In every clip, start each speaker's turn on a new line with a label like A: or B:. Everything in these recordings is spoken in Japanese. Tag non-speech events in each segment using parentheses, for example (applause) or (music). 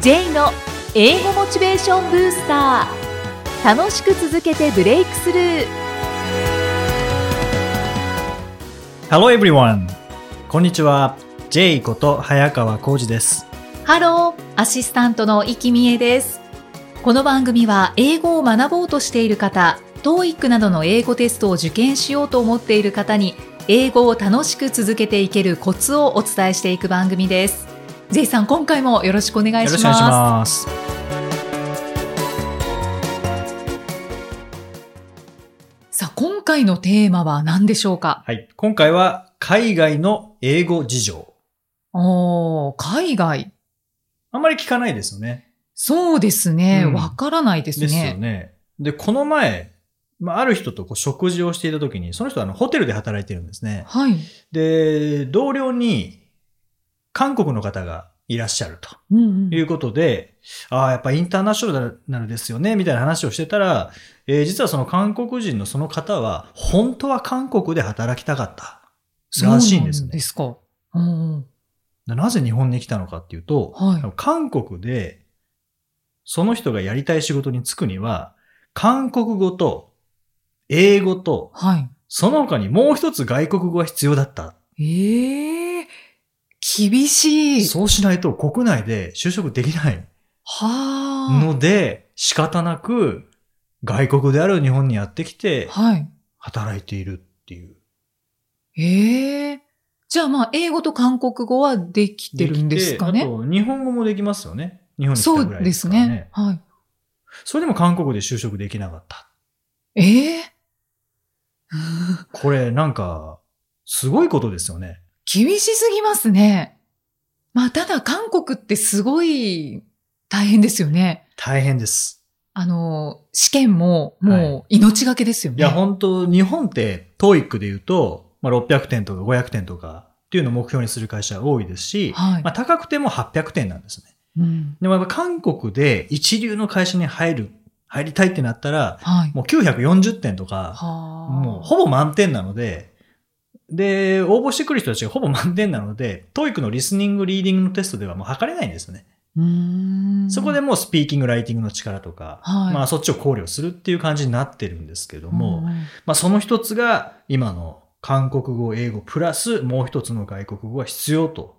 A: J の英語モチベーションブースター楽しく続けてブレイクスルー
B: Hello everyone! こんにちは。J こと早川浩二です。
A: ハローアシスタントの生きみえですこの番組は英語を学ぼうとしている方 TOEIC などの英語テストを受験しようと思っている方に英語を楽しく続けていけるコツをお伝えしていく番組です J さん今回もよろしくお願い
B: よろ
A: し
B: しくお願いし
A: ま
B: ます。
A: すさあ今回のテーマは何でしょうか
B: はい。今回は海外の英語事情。
A: おー海外
B: あんまり聞かないですよね。
A: そうですね。
B: うん
A: わ、からないですね。
B: ですよね。で、この前、まあ、ある人とこう食事をしていた時に、その人はあのホテルで働いてるんですね。
A: はい。
B: で、同僚に韓国の方がいらっしゃると。
A: うんうん
B: いうことで、ああ、やっぱインターナショナルですよね、みたいな話をしてたら、えー実はその韓国人のその方は、本当は韓国で働きたかった。らしいんです
A: そうなん
B: ね
A: で。すか。うんうん
B: なぜ日本に来たのかっていうと、
A: はい
B: 韓国で、その人がやりたい仕事に就くには、韓国語と、英語と、
A: はい。
B: その他にもう一つ外国語が必要だった。
A: ええ厳しい。
B: そうしないと国内で就職できない。
A: は
B: ので、仕方なく外国である日本にやってき
A: あ。
B: て
A: はい。
B: 働いているっていう。
A: ええじゃあまあ、英語と韓国語はできてるんですか
B: でき
A: ね。
B: てあと、日本語もできますよね。日本に来
A: そ
B: たぐら
A: う
B: い
A: で
B: ですすからね
A: ね。。はい。
B: それでも韓国で就職できなかった。
A: ええ
B: これなんか、すごいことですよね。
A: 厳しすぎますね。まあ、ただ韓国ってすごい大変ですよね。
B: 大変です。
A: あの、試験ももう命がけですよ
B: い
A: ね。
B: や、本当日本って、トーイックで言うと、まあ、600点とか500点とかっていうのを目標にする会社が多いですし、
A: はい
B: まあ、高くても800点なんですね。
A: うん。
B: でもやっぱ韓国で一流の会社に入る、入りたいってなったら、
A: はい。
B: もう940点とか、
A: はあ
B: もうほぼ満点なので、で、応募してくる人たちがほぼ満点なので、トイックのリスニング、リーディングのテストではもう測れないんですよね。
A: うーん。
B: そこでもうスピーキング、ライティングの力とか、
A: はい
B: まあそっちを考慮するっていう感じになってるんですけども、
A: んん
B: まあその一つが今の韓国語、英語プラスもう一つの外国語が必要と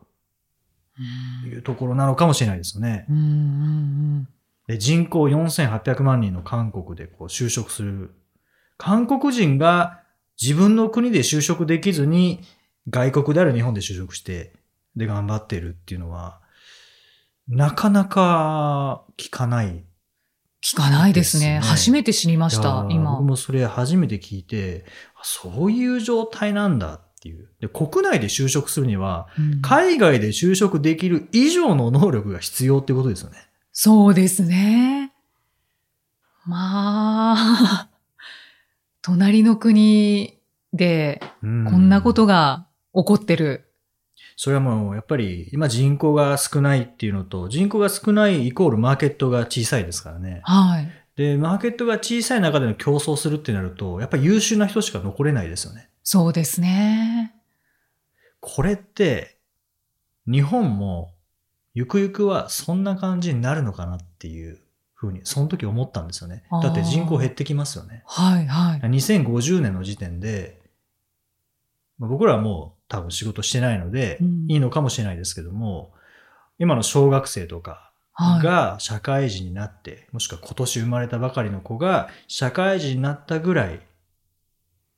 B: いうところなのかもしれないですよね。
A: うんうん
B: で人口4800万人の韓国でこう就職する。韓国人が自分の国で就職できずに外国である日本で就職して、で頑張ってるっていうのは、なかなか聞かない。
A: 聞かないですね。
B: ですね
A: 初めて知りまし
B: いや
A: た
B: ー、
A: 今
B: 僕。もそれ初めて聞いて、あそういう状態なんだっていう。で国内で就職するには、
A: うん
B: 海外で就職できる以上の能力が必要ってことですよね。
A: そうですね。まあ、 (laughs) 隣の国で
B: こ
A: こんなことが起こってる。
B: それはもう、やっぱり、今人口が少ないっていうのと、人口が少ないイコールマーケットが小さいですからね。
A: はい。
B: で、マーケットが小さい中での競争するってなると、やっぱり優秀な人しか残れないですよね。
A: そうですね。
B: これって、日本も、ゆくゆくはそんな感じになるのかなっていうふうに、その時思ったんですよね
A: あー。
B: だって人口減ってきますよね。
A: はい、はい。
B: 2050年の時点で、まあ僕らはもう多分仕事してないので
A: う、ん
B: いいのかもしれないですけども、今の小学生とか
A: はい。
B: が社会人になって、もしくは今年生まれたばかりの子が社会人になったぐらい、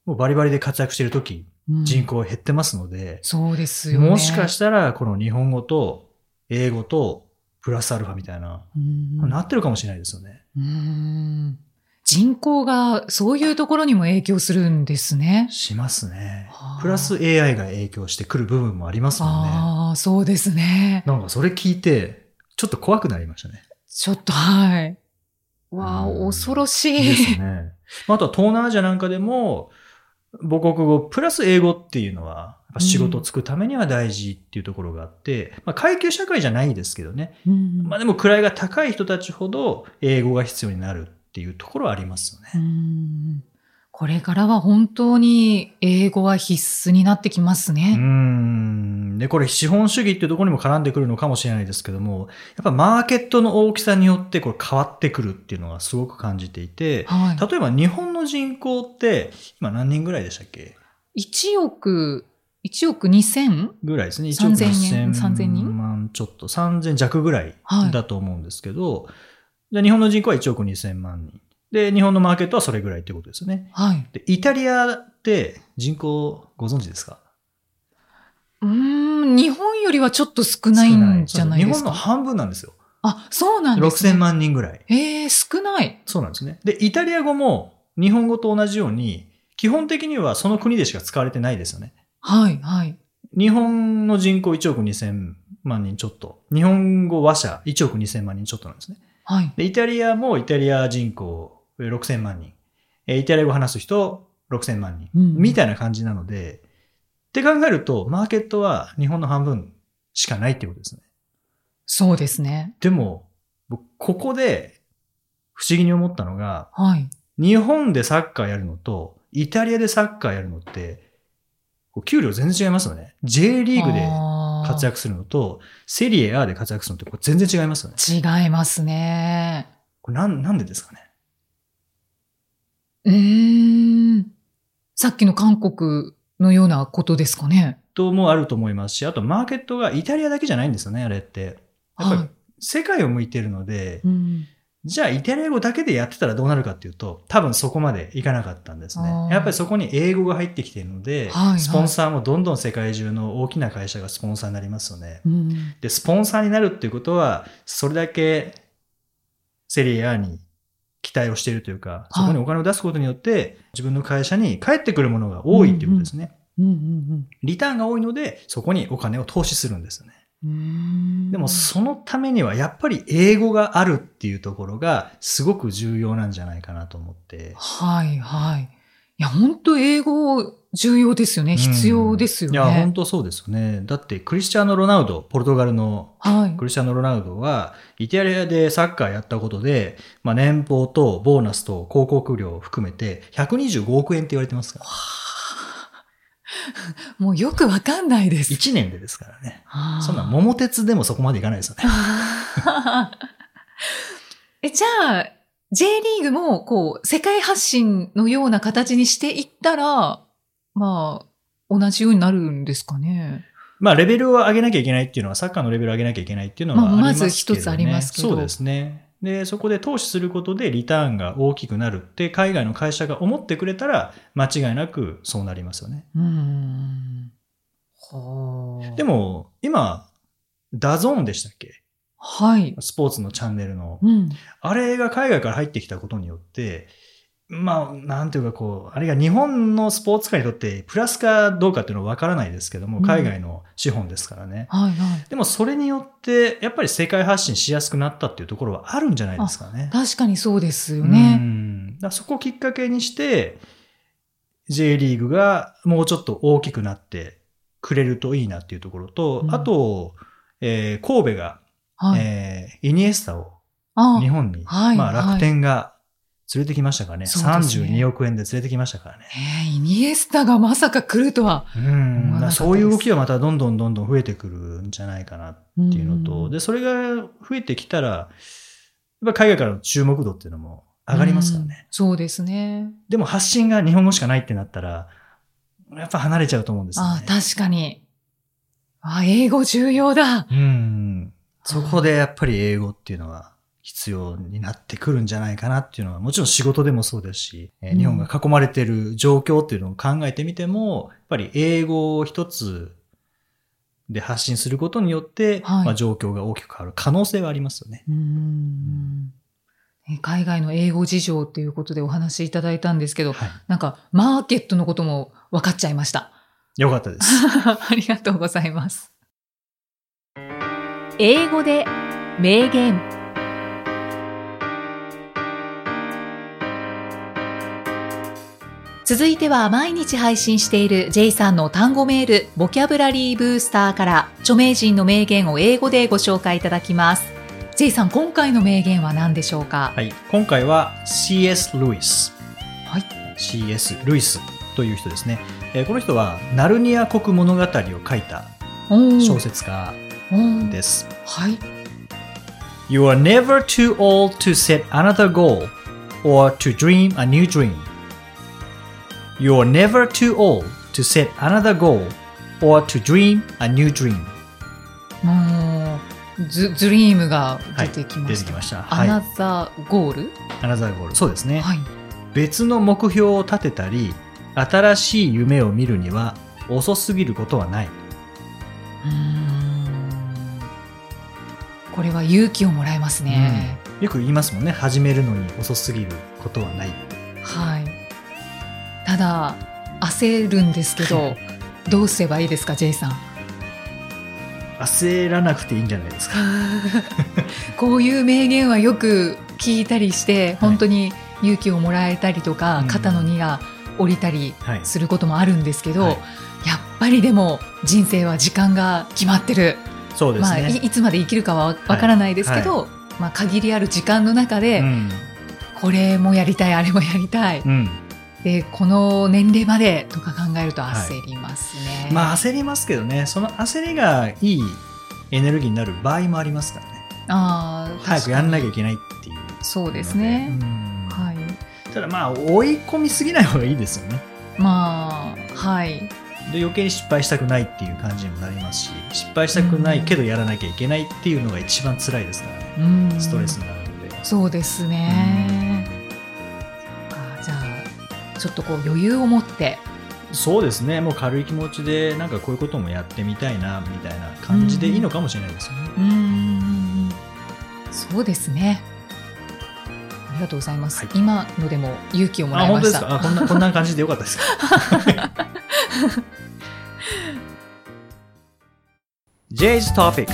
B: もうバリバリで活躍している時、
A: うん
B: 人口減ってますので、
A: そうですよね。
B: もしかしたらこの日本語と英語とプラスアルファみたいな、
A: うん
B: なってるかもしれないですよね。
A: うん人口がそういうところにも影響するんですね。
B: しますね
A: はあ。
B: プラス AI が影響してくる部分もありますもんね。
A: ああ、そうですね。
B: なんかそれ聞いて、ちょっと怖くなりましたね。
A: ちょっと、はい。わあ、
B: うん
A: 恐ろし
B: で
A: い。
B: すね。まああとは東南アジアなんかでも、母国語プラス英語っていうのは、やっぱ仕事をつくためには大事っていうところがあって、まあ階級社会じゃないですけどね。
A: うん
B: まあでも位が高い人たちほど英語が必要になるっていうところはありますよね。
A: うんこれからは本当に英語は必須になってきます
B: うー
A: ね。
B: ん。で、これ資本主義っていうところにも絡んでくるのかもしれないですけども、やっぱマーケットの大きさによってこれ変わってくるっていうのはすごく感じていて、
A: はい。
B: 例えば日本の人口って今何人ぐらいでしたっけ
A: 1億、1億2000
B: ぐらいですね。1億
A: 3000人3000
B: 3000
A: 人
B: 万ちょっと、3000弱ぐらい
A: はい
B: だと思うんですけど、で日本の人口は1億2000万人。で、日本のマーケットはそれぐらいってことですよね。
A: はい。
B: で、イタリアって人口ご存知ですか
A: うーん、日本よりはちょっと少ないんじゃないです
B: そうそう日本の
A: か。
B: 半分なんですよ。
A: あ、そうなんですね。
B: 6000万人ぐらい。
A: えー、少ない。
B: そうなんですね。で、イタリア語も日本語と同じように、基本的にはその国でしか使われてないですよね。
A: はい、はい。
B: 日本の人口1億2000万人ちょっと。日本語話者1億2000万人ちょっとなんですね。
A: はい。
B: で、イタリアもイタリア人口えー6000万人。えーイタリア語話す人6000万人。
A: うん
B: みたいな感じなので、って考えると、マーケットは日本の半分しかないってことですね。
A: そうですね。
B: でも、僕ここで不思議に思ったのが、
A: はい。
B: 日本でサッカーやるのと、イタリアでサッカーやるのって、こう給料全然違いますよね。J リーグで活
A: 活
B: 躍するのと、セリエ A で活躍するのってこれ全然違いますよね。
A: 躍。違いますね。
B: これなんなんでですかね。
A: うーん。さっきの韓国のようなことですかね。
B: ともあると思いますし、あとマーケットがイタリアだけじゃないんですよね、あれって。やっぱ
A: は
B: り世界を向いてるので
A: い。、うん。
B: じゃあイタリア語だけでやってたらどうなるかっていうと、多分そこまでいかなかったんですね
A: あ。ー
B: やっぱりそこに英語が入ってきているので、
A: はいはい
B: スポンサーもどんどん世界中の大きな会社がスポンサーになりますよね。
A: うん
B: で、スポンサーになるっていうことは、それだけセリエ A に期待をしているというか、そこにお金を出すことによって、自分の会社に返ってくるものが多いっていうことですね。
A: うんうん
B: リターンが多いので、そこにお金を投資するんですよ
A: う
B: ね。
A: んうーん。
B: でも、そのためには、やっぱり英語があるっていうところが、すごく重要なんじゃないかなと思って。
A: はいはい。いや、本当英語重要ですよね。必要ですよね。
B: うんいや、本当そうですよね。だって、クリスチャーノ・ロナウド、ポルトガルの
A: はい。
B: クリスチャーノ・ロナウドは、イタリアでサッカーやったことで、まあ、年俸とボーナスと広告料を含めて、125億円って言われてますから。
A: (laughs) もうよくわかんないです。
B: 1年でですからね。
A: あー
B: そんな、桃鉄でもそこまでいかないですよね。
A: (laughs) え、じゃあ、J リーグも、こう、世界発信のような形にしていったら、まあ、同じようになるんですかね。
B: まあ、レベルを上げなきゃいけないっていうのは、サッカーのレベルを上げなきゃいけないっていうのは
A: まあ
B: ありますけど、ね
A: まず一つありますけど
B: そうですね。で、そこで投資することでリターンが大きくなるって、海外の会社が思ってくれたら、間違いなくそうなりますよね。
A: うーん。はあ
B: で、も、今、ダゾーンでしたっけ
A: はい。
B: スポーツのチャンネルの。
A: うん。
B: あれが海外から入ってきたことによって、まあ、なんていうかこう、あれが日本のスポーツ界にとってプラスかどうかっていうのはわからないですけども、
A: うん
B: 海外の資本ですからね。
A: はいはい。
B: でもそれによって、やっぱり世界発信しやすくなったっていうところはあるんじゃないですかね。
A: 確かにそうですよね。
B: うんだからそこをきっかけにして、J リーグがもうちょっと大きくなってくれるといいなっていうところと、
A: うん
B: あと、えー神戸が、
A: はい。
B: えーイニエスタを
A: あ
B: 日本に、
A: はい
B: ま
A: は
B: あ、
A: い
B: 楽天が連れてきましたからね、
A: そうですね
B: 32億円で連れてきましたからね。
A: えーイニエスタがまさか来るとは。
B: うん、
A: 思わなかったです
B: そういう動きはまたどんどんどんどん増えてくるんじゃないかなっ
A: って
B: いうのと、で、それが増えてきたら、やっぱ海外からの注目度っていうのも上がりますからね。
A: そうですね。
B: でも発信が日本語しかないってなったら、やっぱ離れちゃうと思うんですよ
A: あ
B: ね
A: あ、。確かに。ああ、英語重要だ。
B: うん。そこでやっぱり英語っていうのは必要になってくるんじゃないかなっていうのは、もちろん仕事でもそうですし、えー
A: うん
B: 日本が囲まれてる状況っていうのを考えてみても、やっぱり英語を一つで発信することによって、
A: はい
B: まあ、状況が大きく変わる可能性はありますよね。
A: うーんえ海外の英語事情っていうことでお話しいただいたんですけど、
B: は
A: なんかマーケットのことも分かっちゃいました。
B: い。よかったです。
A: (laughs) ありがとうございます。
C: 英語で名言
A: 続いては毎日配信している J さんの単語メール、ボキャブラリーブースターから著名人の名言を英語でご紹介いただきます。J さん、今回の名言は何でしょうか
B: はい、今回は C.S. ルイス。
A: はい
B: C.S. ルイスという人ですね、えーこの人は「ナルニア国物語」を書いた
A: うん
B: 小説家
A: うん
B: です、
A: はい。
B: You are never too old to set another goal or to dream a new dream. You are never too old to set another goal or to dream a new dream.
A: もう、ズ、ズリームが出てきま
B: 出
A: してた。
B: きました。は
A: ア
B: い。
A: ナザーゴール、
B: Another goal. そうですね、
A: はい。
B: 別の目標を立てたり、新しい夢を見るには遅すぎることはない。
A: うーんこれは勇気をもらえますね。
B: よく言いますもんね。始めるのに遅すぎることはない。
A: はい。ただ、焦るんですけ
B: (laughs)
A: ど、どうすればいいですか、J さん。 (laughs)
B: 焦らなくていいんじゃないですか。
A: こういう名言はよく聞いたりして、本当に勇気をもらえたりとか、
B: うん
A: 肩の荷が下りたり
B: はい。
A: することもあるんですけど、
B: はい
A: やっぱりでも人生は時間が決まってる、
B: そうですね。
A: まあ、いいつまで生きるかはわわからないですけど、まあ、限りある時間の中で、
B: うん。
A: これもやりたいあれもやりたい、
B: うん。
A: でこの年齢までとか考えると焦りますね、
B: まあ焦りますけどね、その焦りがいいエネルギーになる場合もありますからね。
A: あー
B: 早くやんなきゃい
A: 確か
B: けないっていうの。
A: にそうですね、
B: うん
A: はい
B: ただまあ追い込みすぎない方がいいですよね。
A: まあはい
B: で余計に失敗したくないっていう感じにもなりますし、失敗したくないけどやらなきゃいけないっていうのが一番辛いですからね。
A: うん
B: ストレスになるので。
A: そうですね、あーじゃあちょっとこう余裕を持って
B: そうですね、もう軽い気持ちで、なんかこういうこともやってみたいなみたいな感じでいいのかもしれないですよね。
A: うんそうですねありがとうございます、
B: はい
A: 今のでも勇気をもら
B: あ、
A: いま
B: 本当
A: し
B: です
A: た
B: かあこんな、こんな感じでよかった (laughs) ですか ?J's Topics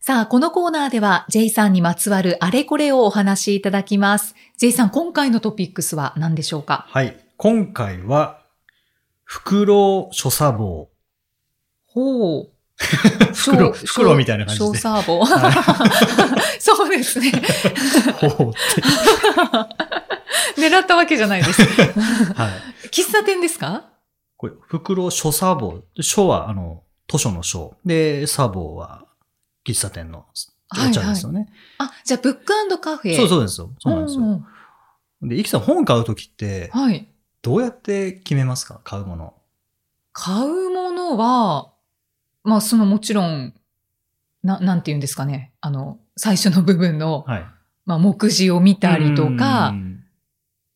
A: さあ、このコーナーでは J さんにまつわるあれこれをお話しいただきます。J さん、今回のトピックスは何でしょうか
B: はい。今回は、フクロウ諸作法。
A: ほ (laughs) う。
B: フクロウフクロウみたいな感じで
A: 小サーボ。 (laughs) そうですね。
B: 法 (laughs) って。
A: 狙ったわけじゃない (laughs) です。
B: はい。
A: 喫茶店ですか
B: これ、フクロウ諸作法。書は、あの、図書の書。で、作法は、喫茶店のお茶ですよね。
A: あ、じゃあ、ブックカフェ。
B: そう
A: う。
B: そうですよ。そうなんですよ。で、イキさん本買うときって、
A: はい。
B: どうやって決めますか買うもの。
A: 買うものは、まあ、そのもちろん、な、なんて言うんですかね。あの、最初の部分の、
B: はい。
A: まあ、目次を見たりとか、
B: うん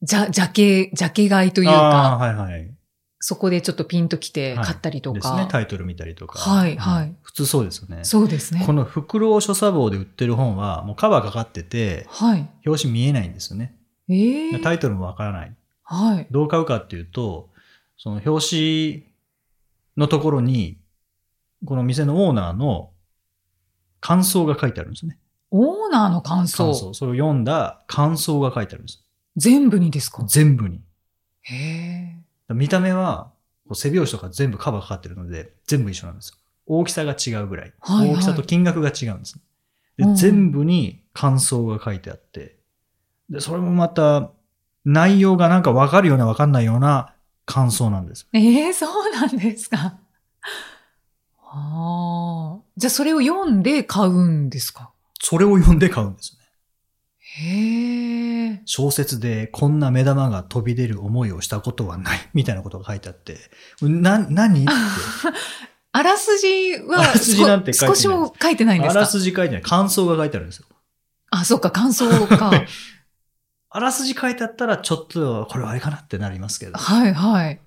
A: じゃ、ジャケ、ジャケ買いという
B: ああ、
A: か、
B: はいはい。
A: そこでちょっとピンときて
B: はい
A: 買ったりと
B: で
A: か。
B: すね。タイトル見たりとか。
A: はいはい
B: うん普通そうですよね。
A: そうですね
B: こ。のフクロウ書作法で売ってる本は、もうカバーかかってて、
A: はい。
B: 表紙見えないんですよね。
A: ええ
B: タイトルもわからない。
A: はい。
B: どう買うかっていうと、その表紙のところに、この店のオーナーの感想が書いてあるんですよね。
A: オーナーの感想。
B: 感想。それを読んだ感想が書いてあるんです。
A: 全部にですか
B: 全部に。
A: へえ。
B: 見た目は、こう背表紙とか全部カバーかかってるので、全部一緒なんですよ。大きさが違うぐらい。
A: はいはい
B: 大きさと金額が違うんです。で
A: うん
B: 全部に感想が書いてあって、で、それもまた、内容がなんかわかるようなわかんないような感想なんです。
A: ええそうなんですか。ああ。じゃあそれを読んで買うんですか
B: それを読んで買うんですよね。
A: へえ。
B: 小説でこんな目玉が飛び出る思いをしたことはない、みたいなことが書いてあって、な、何って。
A: あらすじは
B: あらすじなんて書いてない
A: 少しも書いてないんで
B: あ
A: すから
B: すじ書いてない。感想が書いてあるんですよ。
A: あ、そっか、感想
B: (laughs)
A: か。
B: あらすじ書いてあったら、ちょっと、これはあれかなってなりますけど。
A: はいはい。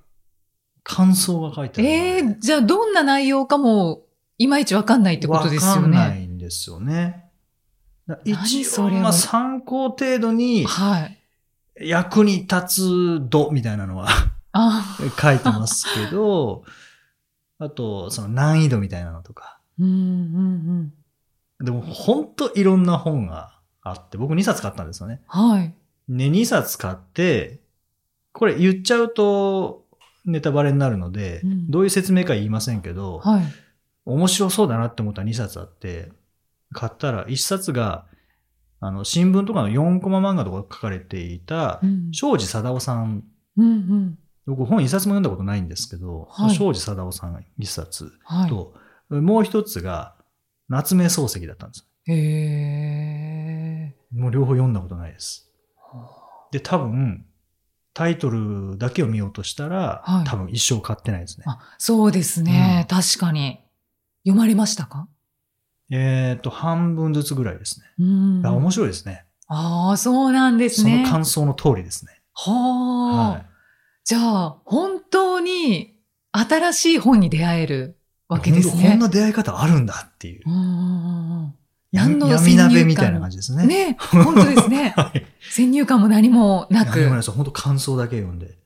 B: 感想が書いてある。
A: ええじゃあどんな内容かも、いまいちわかんないってことですよね。
B: わかんないんですよね。だ一
A: 何
B: 応、
A: それは
B: まあ、参考程度に
A: はい。
B: 役に立つ度みたいなのは (laughs)
A: あ
B: 書いてますけど、あと、その難易度みたいなのとか。
A: うんうんうん。
B: でも、ほんといろんな本があって、僕2冊買ったんですよね。
A: はい。
B: ね、2冊買って、これ言っちゃうとネタバレになるので、
A: うん
B: どういう説明か言いませんけど、
A: はい。
B: 面白そうだなって思った2冊あって、買ったら1冊が、あの、新聞とかの4コマ漫画とか書かれていた、
A: うん
B: 庄司貞夫さん、
A: うんうん
B: 僕本一冊も読んだことないんですけど、
A: はい
B: 庄司貞夫さん一冊
A: はい
B: と、もう一つが、夏目漱石だったんです。
A: へえ。
B: もう両方読んだことないです。で、多分、タイトルだけを見ようとしたら、
A: はい
B: 多分一生買ってないですね。
A: あ、そうですね。確かに。読まれましたか
B: えっ、と、半分ずつぐらいですね。
A: うん
B: あ面白いですね。
A: ああ、そうなんです
B: そ
A: ね
B: の。感想の通りですね。
A: はあ、
B: はい。
A: じゃあ、本当に新しい本に出会えるわけです
B: いや
A: ね
B: 本当。こんな出会い方あるんだっていう
A: う。んうんうん
B: 闇
A: 何の
B: 闇
A: 先入
B: 鍋
A: 観
B: みたいな感じです
A: う
B: ね。
A: んね本当ですね。
B: はい。
A: 先入観も何もな
B: 何もない
A: く。
B: です。本当感想だけ読んで。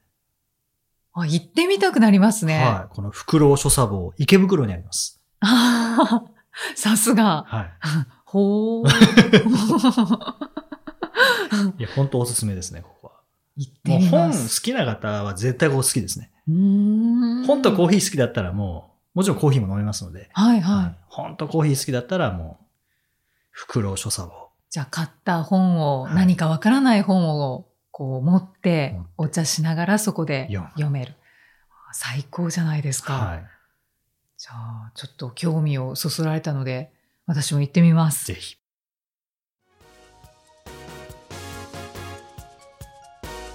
A: あ、行ってみたくなりますね。
B: はい。このフクロウ書砂房、池袋にあります。
A: あー (laughs) さすが。
B: はい。 (laughs)
A: ほう。
B: いや、本当おすすめですね、ここは。
A: 行って
B: もう
A: み
B: 本
A: ま
B: 好
A: す。
B: きな方は絶対ここ好きですね。
A: 本
B: 本とコー
A: ヒー。
B: ヒー好きだったらもう、もちろんコーヒーも飲めますので。
A: はいはい。
B: はい本とコーヒー好きだったらもう、フクロウ書砂房。
A: じゃあ買った本を、
B: はい
A: 何かわからない本をこう持って
B: 持って
A: お茶しながらそこで
B: 読む
A: 読める。あ最高じゃないですか。
B: はい。
A: じゃあちょっと興味をそそられたので私も行ってみます
B: ぜ。ひ。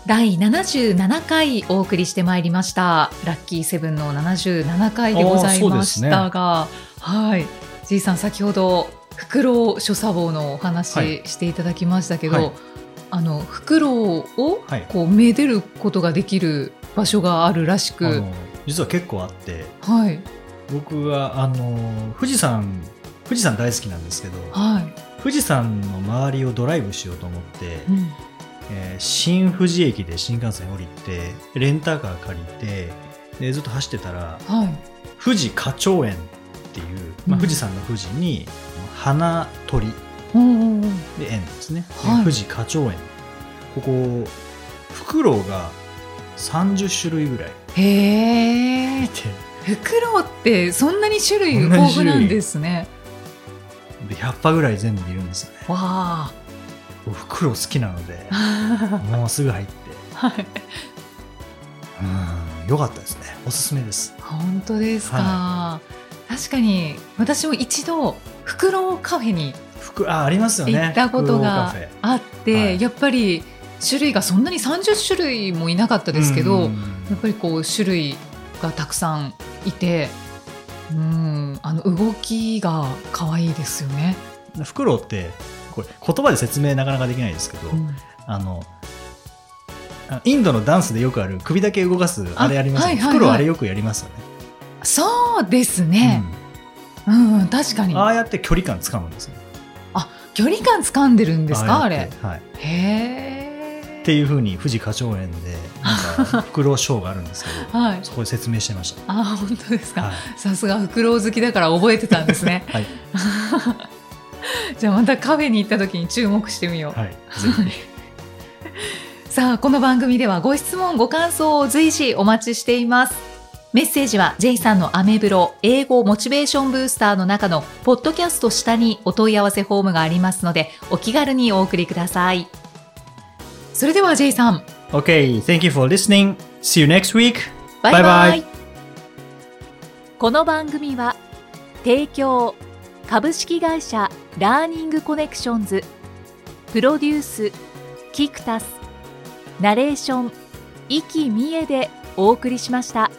A: 第77回お送りしてまいりました。ラッキーセブンの77回でございましたが、はい。じいさん先ほどフクロウ諸作法のお
B: は
A: 話
B: い
A: していただきましたけど、
B: はい
A: あのフクロウを
B: はい
A: こうめでることができる場所があるらし
B: あ
A: く、
B: の、実は結構あって、
A: はい
B: 僕は、あの、富士山、富士山大好きなんですけど、
A: はい、
B: 富士山の周りをドライブしようと思って、
A: うん
B: えー新富士駅で新幹線降りてレンタカー借りてでずっと走ってたら
A: はい、
B: 富士花鳥園っていう、ま
A: うん
B: あ、富士山の富士に花鳥
A: おうおうおう
B: で園ですね、で
A: はい
B: 富士花鳥園ここフクロウが30種類ぐらい
A: へ
B: い
A: え、
B: て
A: フクロウってそんなに種類
B: こんな
A: 豊
B: に
A: 富
B: 種類
A: なんですね。
B: で100羽ぐらい全部いるんですよね
A: わ
B: 僕フクロウ好きなの
A: (laughs)
B: で
A: あ、は
B: もうすぐ入って (laughs)
A: い、
B: うんよかったですねおすすめです
A: 本当ですか。
B: は
A: 確かに私も一度フクロウカフェに
B: フクあありますよね
A: 行ったことが
B: フクロウカフェ
A: あって、
B: はい
A: やっぱり種類がそんなに30種類もいなかったですけど。
B: うん
A: やっぱりこう種類がたくさんいて、うん、あの動きが可愛いですよね。
B: フクロウってこれ言葉で説明なかなかできないですけど、あのあインドのダンスでよくある首だけ動かす
A: あ
B: あれありますよね、
A: はいはいはい
B: フクロウあれよくやりますよね、
A: そうですね。うん、うん確か
B: う
A: に
B: んあ。あやって距離感つかむんですよ
A: 距離感掴んでるんですかあ
B: あやっ
A: れ
B: て。はい、
A: へえ。
B: っていうふうに富士花鳥園でな
A: (laughs)
B: んかフクロウショーがあるんですけど、
A: はい
B: そこで説明してました、
A: あ、本当です (laughs) か。
B: はい。
A: さすがフクロウ好きだから覚えてたんですね
B: はい
A: じゃあまたカフェに行った時に注目してみよう。 (laughs)
B: はい、ぜひ
A: さあこの番組ではご質問ご感想を随時お待ちしていますメッセージは J さんのアメブロ英語モチベーションブースターの中のポッドキャスト下にお問い合わせフォームがありますのでお気軽にお送りくださいそれでは J さん
B: OK thank you for listening see you next week
A: バイバイ
B: バイバイ
A: この番組は提供株式会社ラーニングコネクションズプロデュースキクタスナレーション生きみえでお送りしました。